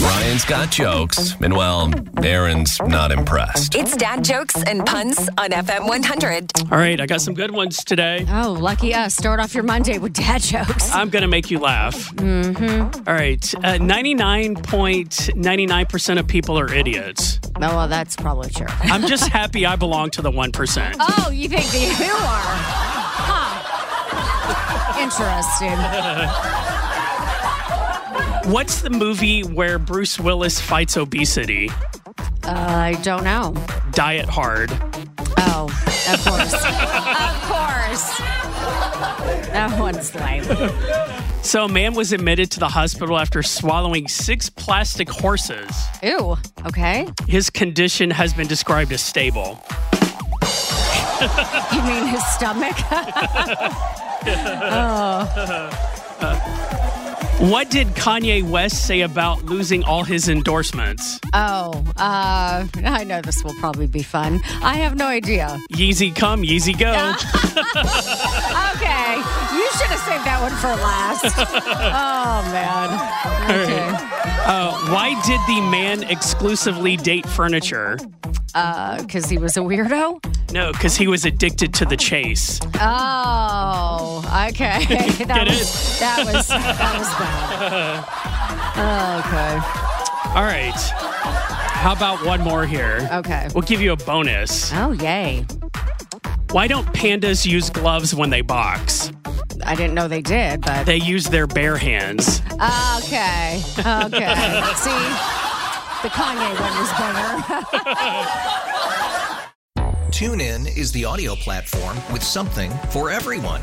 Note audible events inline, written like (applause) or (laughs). Elaine's got jokes, and well, Aaron's not impressed. It's dad jokes and puns on FM 100. All right, I got some good ones today. Oh, lucky us. Start off your Monday with dad jokes. I'm going to make you laugh. Mm-hmm. right. Uh, 99.99% of people are idiots. Oh, well, that's probably true. I'm just happy I belong to the 1%. Oh, you think that you are? Huh. Interesting. What's the movie where Bruce Willis fights obesity? I don't know. Diet Hard. Oh, of course. (laughs) of course. That one's lame. So, a man was admitted to the hospital after swallowing six plastic horses. Ew. Okay. His condition has been described as stable. You mean his stomach? (laughs) What did Kanye West say about losing all his endorsements? oh, uh, I know this will probably be fun. I have no idea. Yeezy come, Yeezy go. Okay. You should have saved that one for (laughs) last. oh, man. Okay. Uh, why did the man exclusively date furniture? Because he was a weirdo? No, because he was addicted to the chase. Oh, (laughs) okay. That Get was, it? that was that was bad. All right. How about one more here? Okay. Okay. We'll give you a bonus. Oh yay. Why don't pandas use gloves when they box? I didn't know they did, but (laughs) They use their bare hands. okay. Okay. See? The Kanye one was better. TuneIn is the audio platform with something for everyone.